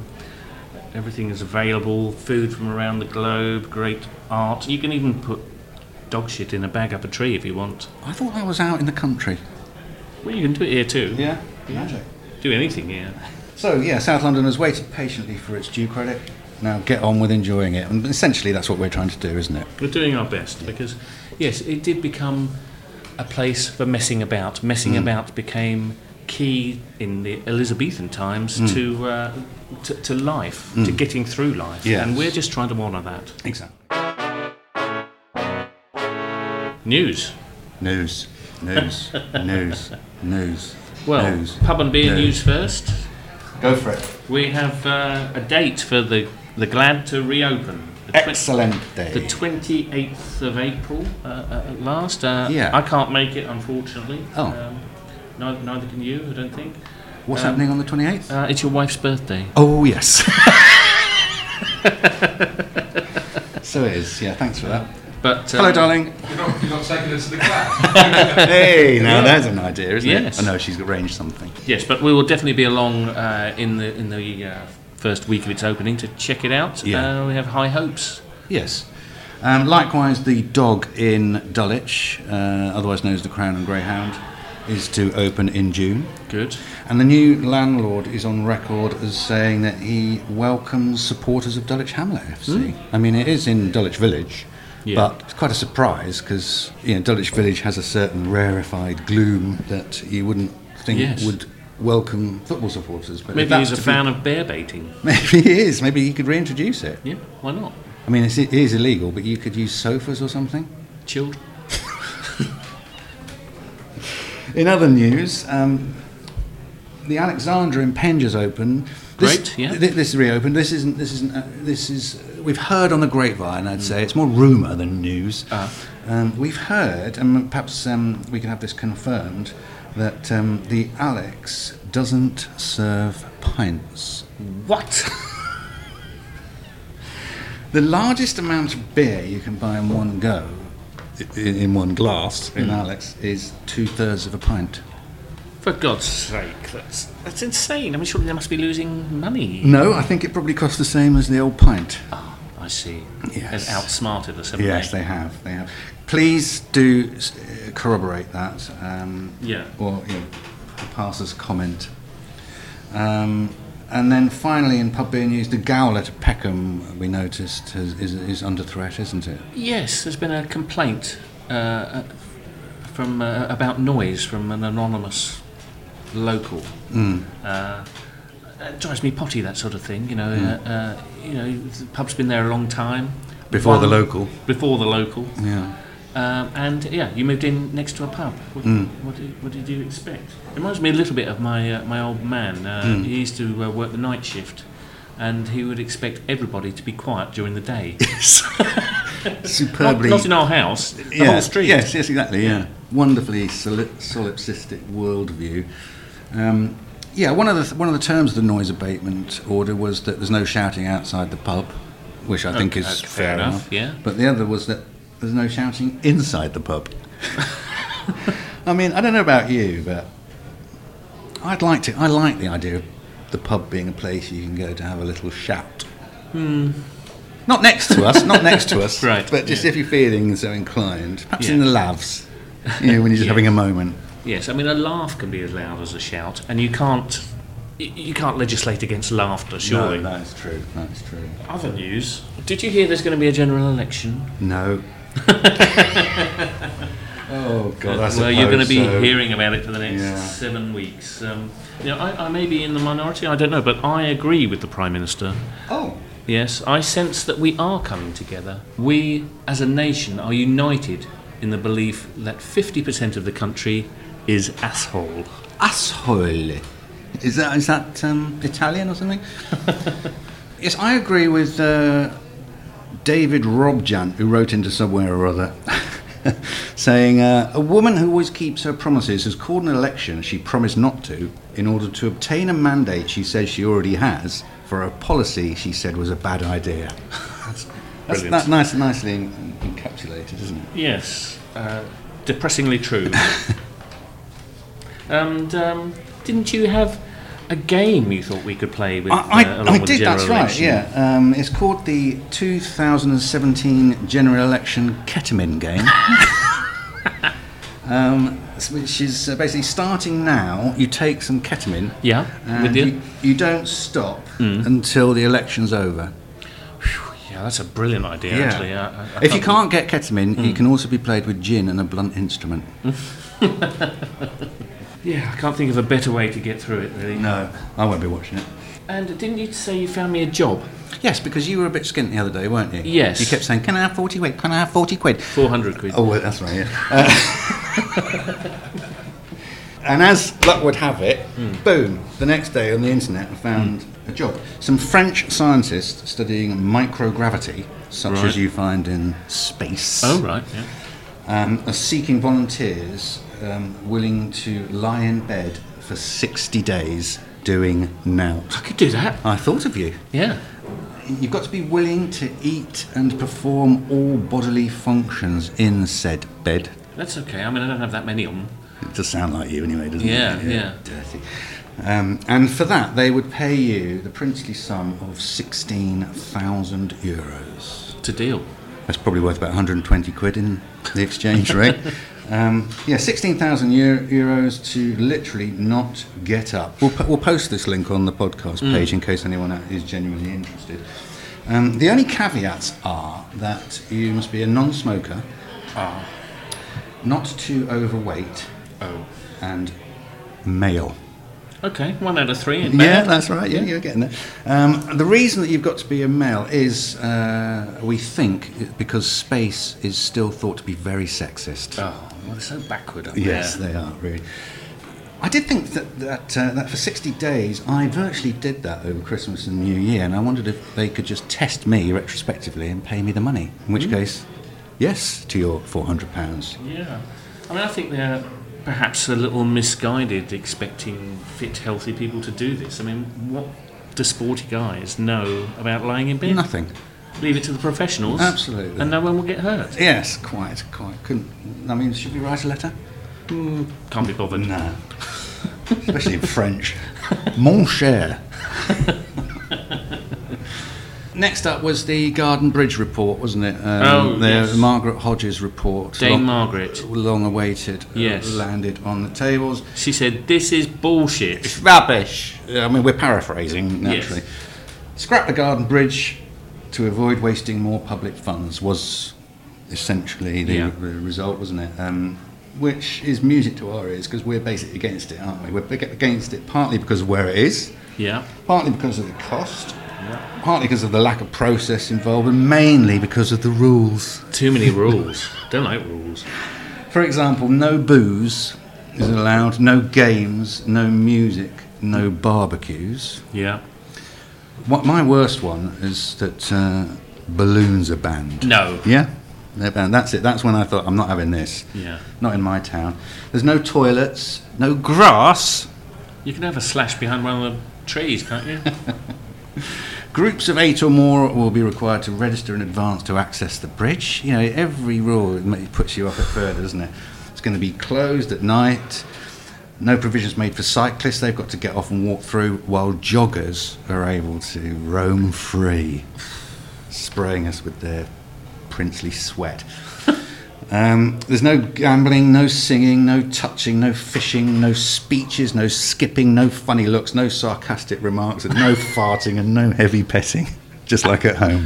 Speaker 2: everything is available, food from around the globe, great art. You can even put dog shit in a bag up a tree if you want.
Speaker 1: I thought I was out in the country.
Speaker 2: Well, you can do it here too.
Speaker 1: Yeah, magic.
Speaker 2: Do anything here.
Speaker 1: So yeah, South London has waited patiently for its due credit. Now get on with enjoying it, and essentially that's what we're trying to do, isn't it?
Speaker 2: We're doing our best because, yes, it did become a place for messing about. Messing
Speaker 1: Mm.
Speaker 2: about became key in the Elizabethan times
Speaker 1: Mm.
Speaker 2: to, uh, to to life, to getting through life,
Speaker 1: Yes.
Speaker 2: and we're just trying to honour that.
Speaker 1: Exactly.
Speaker 2: News.
Speaker 1: News.
Speaker 2: <laughs>
Speaker 1: news, news, news.
Speaker 2: Well,
Speaker 1: news.
Speaker 2: pub and beer
Speaker 1: News.
Speaker 2: news first.
Speaker 1: Go for it.
Speaker 2: We have uh, a date for the the Glad to reopen. The twen-
Speaker 1: Excellent day.
Speaker 2: The 28th of April uh, uh, at last. Uh,
Speaker 1: Yeah.
Speaker 2: I can't make it, unfortunately.
Speaker 1: Oh.
Speaker 2: Um, neither, neither can you, I don't think.
Speaker 1: What's
Speaker 2: um,
Speaker 1: happening on the 28th?
Speaker 2: Uh, it's your wife's birthday.
Speaker 1: oh,
Speaker 2: <laughs>
Speaker 1: yes. so it is. Yeah, thanks for that.
Speaker 2: But um,
Speaker 1: Hello, darling.
Speaker 3: You're not, you're not taking us to the class.
Speaker 2: <laughs>
Speaker 1: Hey, now there's an idea, isn't
Speaker 2: Yes.
Speaker 1: it? I know she's arranged something.
Speaker 2: Yes, but we will definitely be along uh, in the in the uh, first week of its opening to check it out.
Speaker 1: Yeah.
Speaker 2: Uh, we have high hopes.
Speaker 1: Yes. Um, likewise, the dog in Dulwich, uh, otherwise known as the Crown and Greyhound, is to open in June.
Speaker 2: Good.
Speaker 1: And the new landlord is on record as saying that he welcomes supporters of Dulwich Hamlet FC. I mean, it is in Dulwich Village,
Speaker 2: Hmm. Yeah.
Speaker 1: but it's quite a surprise because you know, Dulwich Village has a certain rarefied gloom that you wouldn't think
Speaker 2: Yes.
Speaker 1: would welcome football supporters. But if
Speaker 2: Maybe
Speaker 1: that's
Speaker 2: he's
Speaker 1: to
Speaker 2: a
Speaker 1: be-
Speaker 2: fan of bear baiting.
Speaker 1: <laughs> Maybe he is. Maybe he could reintroduce it.
Speaker 2: Yeah, why not?
Speaker 1: I mean, it's, it is illegal, but you could use sofas or something.
Speaker 2: Chilled.
Speaker 1: In other news, um, the Alexandra in Penge is open. This,
Speaker 2: Great, yeah.
Speaker 1: thi- this is reopened. This isn't. This isn't. Uh, this is. We've heard on the grapevine. I'd say it's more rumor than news.
Speaker 2: Ah.
Speaker 1: Um, we've heard, and perhaps um, we can have this confirmed, that um, the Alex doesn't serve pints.
Speaker 2: What?
Speaker 1: The largest amount of beer you can buy in one go, i- in, in one glass,
Speaker 2: Hmm.
Speaker 1: in Alex, is two thirds of a pint.
Speaker 2: For God's sake, that's that's insane. I mean, surely they must be losing money.
Speaker 1: No, I think it probably costs the same as the old pint.
Speaker 2: Ah, I see.
Speaker 1: Yes.
Speaker 2: They've outsmarted us, haven't
Speaker 1: Yes,
Speaker 2: they?
Speaker 1: they have. They have. Please do s- uh, corroborate that, um,
Speaker 2: Yeah.
Speaker 1: or you know, pass us a comment. Um, and then finally, in pub beer news, the Gowler to Peckham we noticed has, is, is under threat, isn't it?
Speaker 2: Yes, there's been a complaint uh, uh, from uh, about noise from an anonymous local.
Speaker 1: Hmm.
Speaker 2: Uh, it drives me potty that sort of thing. You know,
Speaker 1: Hmm.
Speaker 2: uh, uh, you know, the pub's been there a long time.
Speaker 1: Before the
Speaker 2: One-
Speaker 1: local.
Speaker 2: Before the local,
Speaker 1: Yeah.
Speaker 2: um, and yeah, you moved in next to a pub. What,
Speaker 1: Hmm.
Speaker 2: what, did, what did you expect? It reminds me a little bit of my uh, my old man. Uh,
Speaker 1: Hmm.
Speaker 2: He used to uh, work the night shift, and he would expect everybody to be quiet during the
Speaker 1: <laughs>
Speaker 2: day. not,
Speaker 1: Superbly.
Speaker 2: not in our house. The
Speaker 1: yeah.
Speaker 2: whole street.
Speaker 1: Yes, yes, exactly. Yeah, wonderfully soli- solipsistic worldview. Um, yeah, one of the one of the terms of the noise abatement order was that there's no shouting outside the pub, which I think is
Speaker 2: okay,
Speaker 1: fair,
Speaker 2: Uh, fair enough,
Speaker 1: enough.
Speaker 2: yeah.
Speaker 1: But the other was that there's no shouting inside the pub. <laughs> I mean, I don't know about you, but I'd like to. I like the idea of the pub being a place you can go to have a little shout. Not next to us, not next
Speaker 2: <laughs>
Speaker 1: to us.
Speaker 2: Hmm. Right,
Speaker 1: But just
Speaker 2: yeah.
Speaker 1: if you're feeling so inclined, perhaps
Speaker 2: Yeah.
Speaker 1: in the lavs, you know, when you're just
Speaker 2: <laughs> Yeah.
Speaker 1: having a moment.
Speaker 2: Yes, I mean a laugh can be as loud as a shout, and you can't y- you can't legislate against laughter, surely.
Speaker 1: that's true. That's true.
Speaker 2: Other news: Did you hear there's going to be a general election? <laughs>
Speaker 1: No. oh God,
Speaker 2: Uh,
Speaker 1: that's
Speaker 2: well, you're going to be hearing about it for the next
Speaker 1: Yeah.
Speaker 2: seven weeks. Um, you know, I, I may be in the minority. I don't know, but I agree with the prime minister.
Speaker 1: Oh,
Speaker 2: Yes, I sense that we are coming together. We, as a nation, are united in the belief that 50% of the country is asshole.
Speaker 1: asshole. Is that is that um, Italian or something? <laughs> yes, I agree with uh, David Robjan, who wrote into somewhere or other, <laughs> saying uh, a woman who always keeps her promises has called an election she promised not to in order to obtain a mandate she says she already has for a policy she said was a bad idea. <laughs> That's
Speaker 2: Brilliant.
Speaker 1: that nice, nicely en- encapsulated, isn't it?
Speaker 2: Yes, uh, depressingly
Speaker 1: <laughs>
Speaker 2: true. and um, didn't you have a game you thought we could play with?
Speaker 1: I,
Speaker 2: uh,
Speaker 1: I,
Speaker 2: along
Speaker 1: I
Speaker 2: with
Speaker 1: did,
Speaker 2: the general
Speaker 1: that's right,
Speaker 2: election?
Speaker 1: yeah. Um, it's called the 2017 General Election Ketamine
Speaker 2: <laughs>
Speaker 1: Game. um, s- which is uh, basically starting now, you take some ketamine.
Speaker 2: Yeah, with
Speaker 1: And
Speaker 2: you? Mm.
Speaker 1: you, you don't stop until the election's over.
Speaker 2: yeah, that's a brilliant idea,
Speaker 1: Yeah.
Speaker 2: actually. I, I- I
Speaker 1: if you can't get ketamine,
Speaker 2: Mm.
Speaker 1: it can also be played with gin and a blunt instrument.
Speaker 2: Yeah, I can't think of a better way to get through it, really.
Speaker 1: No, I won't be watching it.
Speaker 2: And didn't you say you found me a job?
Speaker 1: Yes, because you were a bit skint the other day, weren't you?
Speaker 2: Yes.
Speaker 1: You kept saying, "Can I have forty quid? Can I have forty quid?"
Speaker 2: 400 quid.
Speaker 1: Oh, well, that's right. Yeah. And as luck would have it,
Speaker 2: Hmm.
Speaker 1: boom, the next day on the internet I found a job. Some French scientists studying microgravity, such
Speaker 2: Right.
Speaker 1: as you find in space,
Speaker 2: Oh, right. Yeah.
Speaker 1: um, are seeking volunteers um, willing to lie in bed for 60 days doing
Speaker 2: I
Speaker 1: nout.
Speaker 2: could do that.
Speaker 1: I thought of you.
Speaker 2: Yeah.
Speaker 1: You've got to be willing to eat and perform all bodily functions in said bed.
Speaker 2: That's okay. I mean, I don't have that many of them.
Speaker 1: It does sound like you anyway, doesn't
Speaker 2: Yeah,
Speaker 1: it?
Speaker 2: yeah.
Speaker 1: Dirty. Um, and for that, they would pay you the princely sum of 16,000 euros.
Speaker 2: to deal.
Speaker 1: That's probably worth about 120 quid in the exchange rate. um, yeah, 16,000 eu- euros to literally not get up. We'll, po- we'll post this link on the podcast page in case anyone out is genuinely interested. Um, the only caveats are that you must be a non smoker, not too overweight,
Speaker 2: Oh.
Speaker 1: and male.
Speaker 2: Okay, one out of three. ain't
Speaker 1: Yeah,
Speaker 2: bad.
Speaker 1: that's right. Yeah,
Speaker 2: Yeah.
Speaker 1: you're getting there. Um, the reason that you've got to be a male is, uh, we think, because space is still thought to be very sexist.
Speaker 2: Oh, well, they're so backward up
Speaker 1: yes,
Speaker 2: there.
Speaker 1: they are really. I did think that that, uh, that for 60 days, I virtually did that over Christmas and New Year, and I wondered if they could just test me retrospectively and pay me the money. In
Speaker 2: Hmm.
Speaker 1: which case, yes to your 400 pounds.
Speaker 2: Yeah. I mean, I think they're perhaps a little misguided expecting fit, healthy people to do this. I mean, what do sporty guys know about lying in bed?
Speaker 1: Nothing.
Speaker 2: Leave it to the professionals.
Speaker 1: Absolutely.
Speaker 2: And no one will get hurt.
Speaker 1: Yes, quite, quite. Couldn't. I mean, should we write a letter?
Speaker 2: Can't be bothered.
Speaker 1: No. Especially in French. Mon cher. Next up was the Garden Bridge report, wasn't it? Um,
Speaker 2: Oh,
Speaker 1: the
Speaker 2: yes.
Speaker 1: Margaret Hodges report.
Speaker 2: Dame
Speaker 1: long,
Speaker 2: Margaret.
Speaker 1: Long awaited. uh,
Speaker 2: Yes.
Speaker 1: landed on the tables.
Speaker 2: She said, This is bullshit.
Speaker 1: Rubbish. I mean, we're paraphrasing,
Speaker 2: Yes.
Speaker 1: naturally. Scrap the Garden Bridge to avoid wasting more public funds was essentially the,
Speaker 2: Yeah.
Speaker 1: the result, wasn't it? Um, which is music to our ears because we're basically against it, aren't we? We're big- against it partly because of where it is,
Speaker 2: Yeah.
Speaker 1: partly because of the cost, partly because of the lack of process involved, and mainly because of the rules.
Speaker 2: Too many rules. Don't like rules.
Speaker 1: For example, no booze is allowed, no games, no music, no barbecues.
Speaker 2: Yeah.
Speaker 1: What my worst one is that uh, balloons are banned.
Speaker 2: No.
Speaker 1: Yeah, they're banned. That's it. That's when I thought I'm not having this.
Speaker 2: Yeah.
Speaker 1: Not in my town. There's no toilets, no grass.
Speaker 2: You can have a slash behind one of the trees, can't you?
Speaker 1: Groups of eight or more will be required to register in advance to access the bridge. You know, every rule it ma- it puts you off it further, doesn't it? It's going to be closed at night. No provisions made for cyclists. They've got to get off and walk through, while joggers are able to roam free, spraying us with their princely sweat. <laughs> Um, there's no gambling, no singing, no touching, no fishing, no speeches, no skipping, no funny looks, no sarcastic remarks, and
Speaker 2: <laughs>
Speaker 1: no farting and no heavy petting, <laughs> just like at home.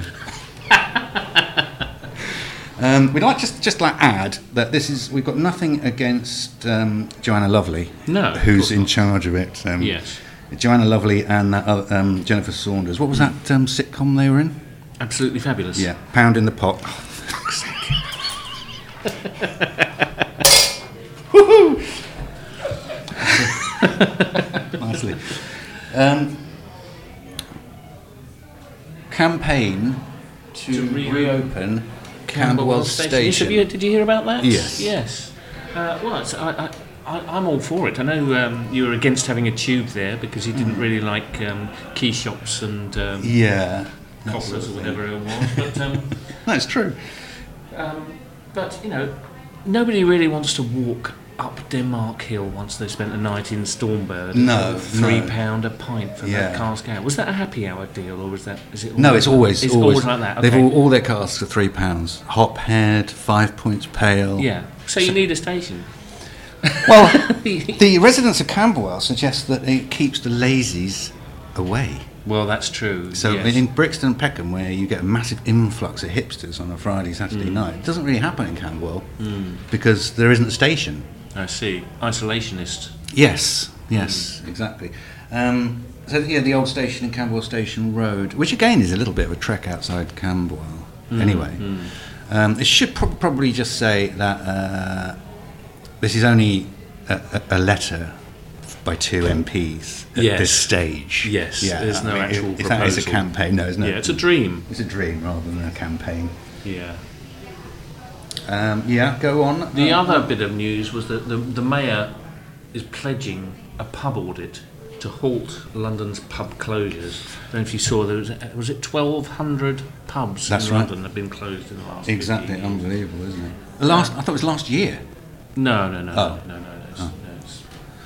Speaker 1: Um, we'd like just just like add that this is we've got nothing against um, Joanna Lovely,
Speaker 2: No, of
Speaker 1: who's
Speaker 2: course
Speaker 1: in charge of it. Um,
Speaker 2: <laughs> Yes.
Speaker 1: Joanna Lovely and that other, um, Jennifer Saunders. What was that um, sitcom they were in?
Speaker 2: Absolutely fabulous.
Speaker 1: Yeah, pound in the pot. Woohoo! <laughs> Nicely. Um, campaign to,
Speaker 2: To re-
Speaker 1: reopen
Speaker 2: Camberwell
Speaker 1: Camberwell Station.
Speaker 2: Yes, have you- did you hear about that?
Speaker 1: Yes.
Speaker 2: Yes. Uh, well, it's, I, I, I, I'm all for it. I know um, you were against having a tube there because you didn't really like um, key shops and
Speaker 1: Mm.
Speaker 2: um,
Speaker 1: Yeah,
Speaker 2: cobblers or whatever it was. But, um, <laughs>
Speaker 1: that's true.
Speaker 2: um, but, you know, nobody really wants to walk up Denmark Hill once they've spent a night in Stormbird.
Speaker 1: No,
Speaker 2: Three
Speaker 1: no.
Speaker 2: pound a pint for
Speaker 1: Yeah.
Speaker 2: that cask out. Was that a happy hour deal or was that... Is it
Speaker 1: No, it's always
Speaker 2: it's
Speaker 1: always,
Speaker 2: always like that.
Speaker 1: They've
Speaker 2: okay.
Speaker 1: all, all their casks are three pounds. Hop haired, five points pale.
Speaker 2: yeah. So you need
Speaker 1: <laughs>
Speaker 2: a station. <laughs>
Speaker 1: Well, the residents of Camberwell suggest that it keeps the lazies away.
Speaker 2: Well, that's true.
Speaker 1: So
Speaker 2: yes.
Speaker 1: in Brixton and Peckham, where you get a massive influx of hipsters on a Friday, Saturday night, it doesn't really happen in Camberwell because there isn't a station.
Speaker 2: I see. Isolationist.
Speaker 1: Yes, yes, Mm, exactly. Um, so yeah, the old station in Camberwell Station Road, which again is a little bit of a trek outside Camberwell.
Speaker 2: Mm,
Speaker 1: Anyway, Um, it should prob probably just say that uh, this is only a, a, a letter by two MPs at
Speaker 2: Yes.
Speaker 1: this stage.
Speaker 2: Yes, there's no actual
Speaker 1: It's not- it's a
Speaker 2: proposal.
Speaker 1: campaign. No, it's no.
Speaker 2: Yeah, it's a dream.
Speaker 1: it's a dream rather than a campaign.
Speaker 2: Yeah.
Speaker 1: Um, yeah, go on.
Speaker 2: The
Speaker 1: Um,
Speaker 2: other bit of news was that the, the mayor is pledging a pub audit to halt London's pub closures. I don't know if you saw there was, was it 1,200 pubs
Speaker 1: That's
Speaker 2: in
Speaker 1: right.
Speaker 2: London that have been closed in the last. 50
Speaker 1: Exactly,
Speaker 2: years.
Speaker 1: unbelievable, isn't it? Last, I thought it was last year.
Speaker 2: No, no, no,
Speaker 1: Oh.
Speaker 2: no, no, no. It's, no, it's,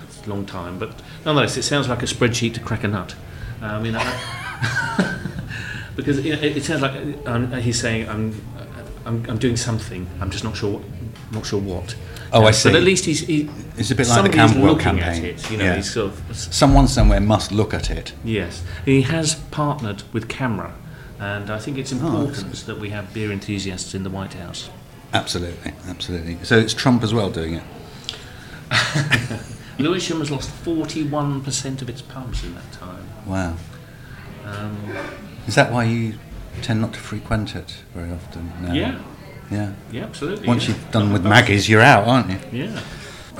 Speaker 2: it's a long time, but nonetheless, it sounds like a spreadsheet to crack a nut. Um, you know, <laughs> because you know, it, it sounds like uh, um, he's saying I'm, uh, I'm, I'm doing something. I'm just not sure, what, not sure what. Um,
Speaker 1: Oh, I see.
Speaker 2: But at least he's. He,
Speaker 1: It's a bit like the
Speaker 2: somebody's
Speaker 1: Campbell
Speaker 2: looking
Speaker 1: campaign.
Speaker 2: At it, you know,
Speaker 1: Yeah.
Speaker 2: he's sort of
Speaker 1: Someone somewhere must look at it.
Speaker 2: Yes, he has partnered with Camera, and I think it's
Speaker 1: Oh,
Speaker 2: important that we have beer enthusiasts in the White House.
Speaker 1: Absolutely, absolutely. So it's Trump as well doing it.
Speaker 2: Lewisham has lost 41% of its pubs in that time.
Speaker 1: Wow.
Speaker 2: Um,
Speaker 1: Is that why you tend not to frequent it very often? No.
Speaker 2: Yeah,
Speaker 1: Yeah.
Speaker 2: yeah, absolutely.
Speaker 1: Once
Speaker 2: yeah.
Speaker 1: you've done with Maggie's, you're out, aren't you?
Speaker 2: yeah.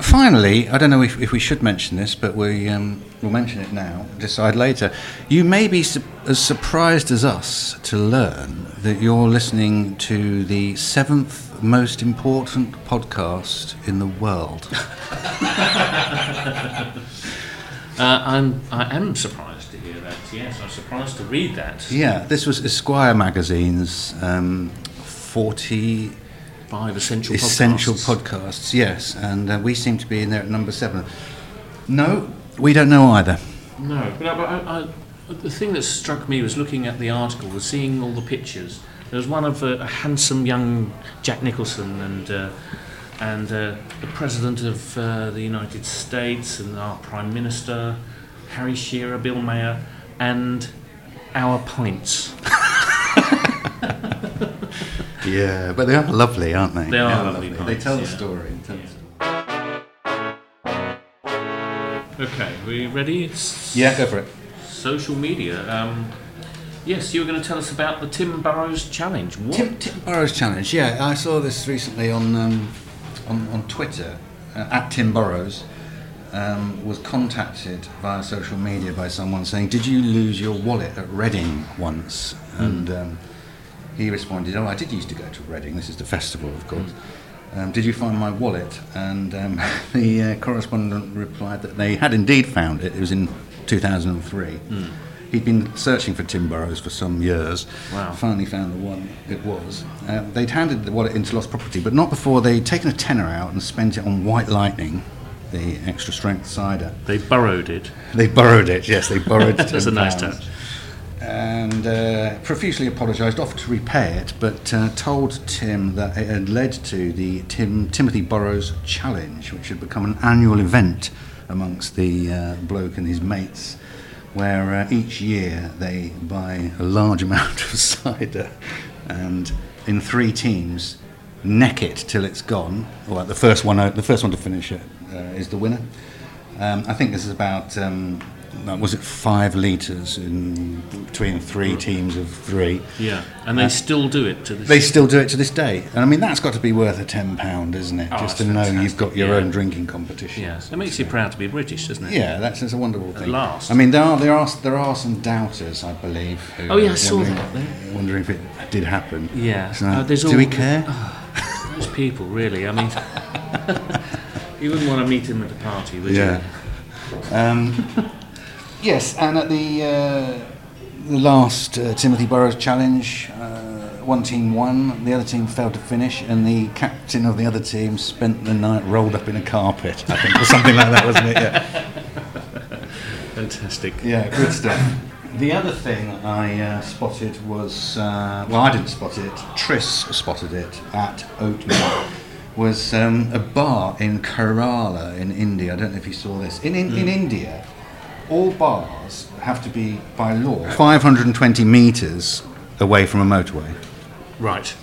Speaker 1: Finally, I don't know if, if we should mention this, but we um, will mention it now, decide later. You may be su- as surprised as us to learn that you're listening to the seventh most important podcast in the <laughs> world.
Speaker 2: Uh, I'm, I am surprised to hear that. Yes, I'm surprised to read that.
Speaker 1: yeah, this was Esquire magazine's um, 40
Speaker 2: Five essential
Speaker 1: essential
Speaker 2: podcasts.
Speaker 1: podcasts, yes, and uh, we seem to be in there at number seven. No, we don't know either.
Speaker 2: No, but, I, but I, I, the thing that struck me was looking at the article, was seeing all the pictures. There was one of a, a handsome young Jack Nicholson and uh, and uh, the President of uh, the United States and our Prime Minister, Harry Shearer, Bill Mayer, and our pints.
Speaker 1: Yeah, but they are lovely, aren't they?
Speaker 2: They are lovely
Speaker 1: They
Speaker 2: parts,
Speaker 1: tell the
Speaker 2: yeah.
Speaker 1: story. Tell the story.
Speaker 2: Okay, we ready? It's
Speaker 1: Yeah, go for it.
Speaker 2: Social media. Um, yes, you were going to tell us about the Tim Burrows challenge. What?
Speaker 1: Tim, Tim Burrows challenge. Yeah, I saw this recently on um, on, on Twitter. Uh, at Tim Burrows um, was contacted via social media by someone saying, "Did you lose your wallet at Reading once?" And um, he responded, "Oh, I did used to go to Reading. This is the festival, of course." Um, did you find my wallet? And um, <laughs> the uh, correspondent replied that they had indeed found it. It was in 2003. He'd been searching for Tim Burrows for some years.
Speaker 2: Wow.
Speaker 1: Finally found the one it was. Uh, they'd handed the wallet into lost property, but not before they'd taken a tenner out and spent it on White Lightning, the extra strength cider.
Speaker 2: They burrowed it.
Speaker 1: They borrowed it, yes, they borrowed it.
Speaker 2: <laughs> That's a nice touch.
Speaker 1: And uh, profusely apologised, offered to repay it, but uh, told Tim that it had led to the Tim Timothy Burrows Challenge, which had become an annual event amongst the uh, bloke and his mates, where uh, each year they buy a large <laughs> amount of cider and in three teams neck it till it's gone. Well, the first one, o- the first one to finish it uh, is the winner. Um, I think this is about, um, no, was it five litres in between three teams of three?
Speaker 2: Yeah, and they still do it to this
Speaker 1: Uh, They still do it to this day. And I mean, that's got to be worth a £10, isn't it?
Speaker 2: Oh,
Speaker 1: Just to
Speaker 2: that's
Speaker 1: know you've
Speaker 2: fantastic,
Speaker 1: got your
Speaker 2: yeah.
Speaker 1: own drinking competition.
Speaker 2: Yes, it makes you proud to be British, doesn't it?
Speaker 1: Yeah, that's it's a wonderful thing.
Speaker 2: last.
Speaker 1: I mean, there are there are there are some doubters, I believe. who
Speaker 2: Oh, yeah,
Speaker 1: are
Speaker 2: I saw
Speaker 1: wondering-
Speaker 2: that, yeah.
Speaker 1: Wondering if it did happen.
Speaker 2: Yeah.
Speaker 1: So,
Speaker 2: Uh, there's
Speaker 1: do
Speaker 2: all-
Speaker 1: we care?
Speaker 2: Those people, really.
Speaker 1: <laughs>
Speaker 2: I mean, you wouldn't want to meet him at a party, would
Speaker 1: Yeah. Um, yes, and at the, uh, the last uh, Timothy Burrows challenge, uh, one team won, the other team failed to finish, and the captain of the other team spent the night rolled up in a carpet, I think, or something like that, wasn't it? Yeah,
Speaker 2: you? Fantastic.
Speaker 1: yeah good stuff. The other thing I uh, spotted was, uh, well, I didn't spot it, Triss spotted it at Oatmeal. Was um, a bar in Kerala in India. I don't know if you saw this. In, in, in India, all bars have to be, by law, 520 metres away from a motorway.
Speaker 2: Right.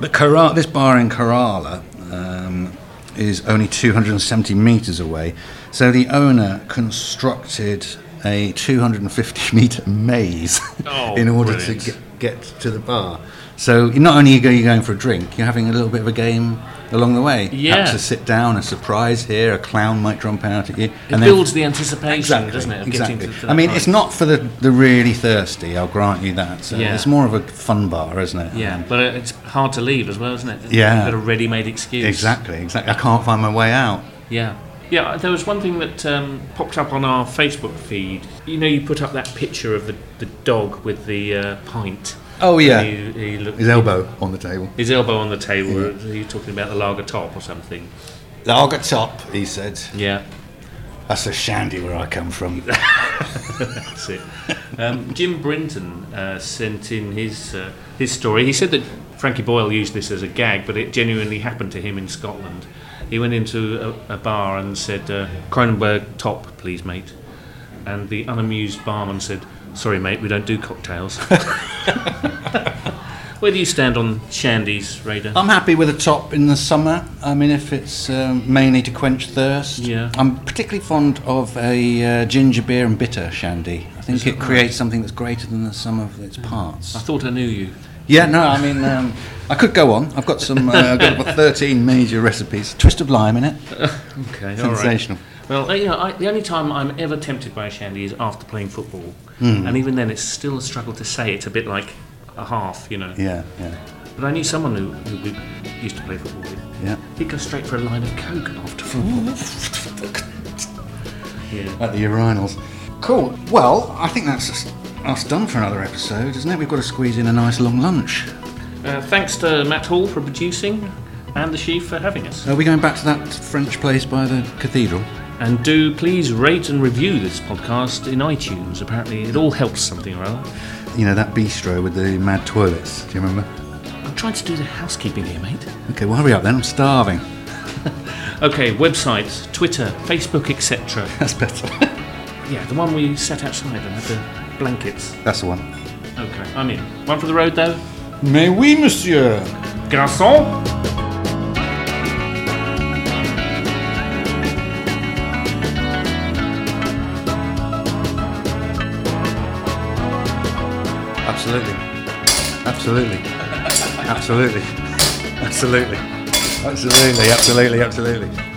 Speaker 1: But Kerala, this bar in Kerala um, is only 270 metres away. So the owner constructed a 250 metre maze <laughs>
Speaker 2: Oh,
Speaker 1: in order
Speaker 2: brilliant.
Speaker 1: to get, get to the bar. So you- not only are you going for a drink, you're having a little bit of a game along the way.
Speaker 2: Yeah.
Speaker 1: Perhaps a sit down, a surprise here, a clown might jump out at you.
Speaker 2: It
Speaker 1: then-
Speaker 2: builds the anticipation,
Speaker 1: Exactly,
Speaker 2: doesn't it? of getting
Speaker 1: exactly.
Speaker 2: to-
Speaker 1: I
Speaker 2: to that
Speaker 1: mean,
Speaker 2: night.
Speaker 1: it's not for the, the really thirsty. I'll grant you that. So
Speaker 2: Yeah.
Speaker 1: It's more of a fun bar, isn't it?
Speaker 2: Yeah, but it's hard to leave as well, isn't it?
Speaker 1: Yeah.
Speaker 2: You've got a ready-made excuse.
Speaker 1: Exactly. Exactly. I can't find my way out.
Speaker 2: Yeah. Yeah, there was one thing that um, popped up on our Facebook feed. You know, you put up that picture of the, the dog with the uh, pint.
Speaker 1: Oh yeah.
Speaker 2: He, he looked,
Speaker 1: His elbow on the table.
Speaker 2: his elbow on the table. Are you talking about the lager top or something?
Speaker 1: Lager top, he said.
Speaker 2: Yeah,
Speaker 1: That's a shandy where I come from. <laughs>
Speaker 2: that's it. Um, Jim Brinton uh, sent in his uh, his story. He said that Frankie Boyle used this as a gag, but it genuinely happened to him in Scotland. He went into a, a bar and said, uh, "Cronenberg top, please, mate." And the unamused barman said, "Sorry, mate, we don't do cocktails." <laughs> Where do you stand on shandies, Raider?
Speaker 1: I'm happy with a top in the summer. I mean, if it's um, mainly to quench thirst.
Speaker 2: Yeah.
Speaker 1: I'm particularly fond of a uh, ginger beer and bitter shandy. I think it creates something that's greater than the sum of its parts.
Speaker 2: I thought I knew you.
Speaker 1: Yeah, no, I mean, um, I could go on. I've got some. Uh, I've got about 13 major recipes. Twist of lime in it.
Speaker 2: Okay, all right.
Speaker 1: Sensational.
Speaker 2: Well, uh, you know, I, the only time I'm ever tempted by a shandy is after playing football, and even then, it's still a struggle to say. It's a bit like a half, you know.
Speaker 1: Yeah, yeah,
Speaker 2: But I knew someone who, who we used to play football with.
Speaker 1: yeah.
Speaker 2: He'd go straight for a line of coke after football. yeah.
Speaker 1: At the urinals. Cool. Well, I think that's us- us done for another episode, isn't it? We've got to squeeze in a nice long lunch.
Speaker 2: Uh, thanks to Matt Hall for producing, and the Chief for having us.
Speaker 1: Are we going back to that French place by the cathedral?
Speaker 2: And do please rate and review this podcast in iTunes. Apparently, it all helps something or other.
Speaker 1: You know, that bistro with the mad toilets. Do you remember?
Speaker 2: I'm trying to do the housekeeping here, mate.
Speaker 1: Okay, well, hurry up then. I'm starving. <laughs>
Speaker 2: Okay, websites, Twitter, Facebook, etc.
Speaker 1: That's better. <laughs>
Speaker 2: Yeah, the one we sat outside and had the blankets.
Speaker 1: That's the one.
Speaker 2: Okay, I'm in. One for the road though.
Speaker 1: Mais oui, monsieur.
Speaker 2: Garçon!
Speaker 1: Absolutely. Absolutely. Absolutely. Absolutely. Absolutely. Absolutely. Absolutely.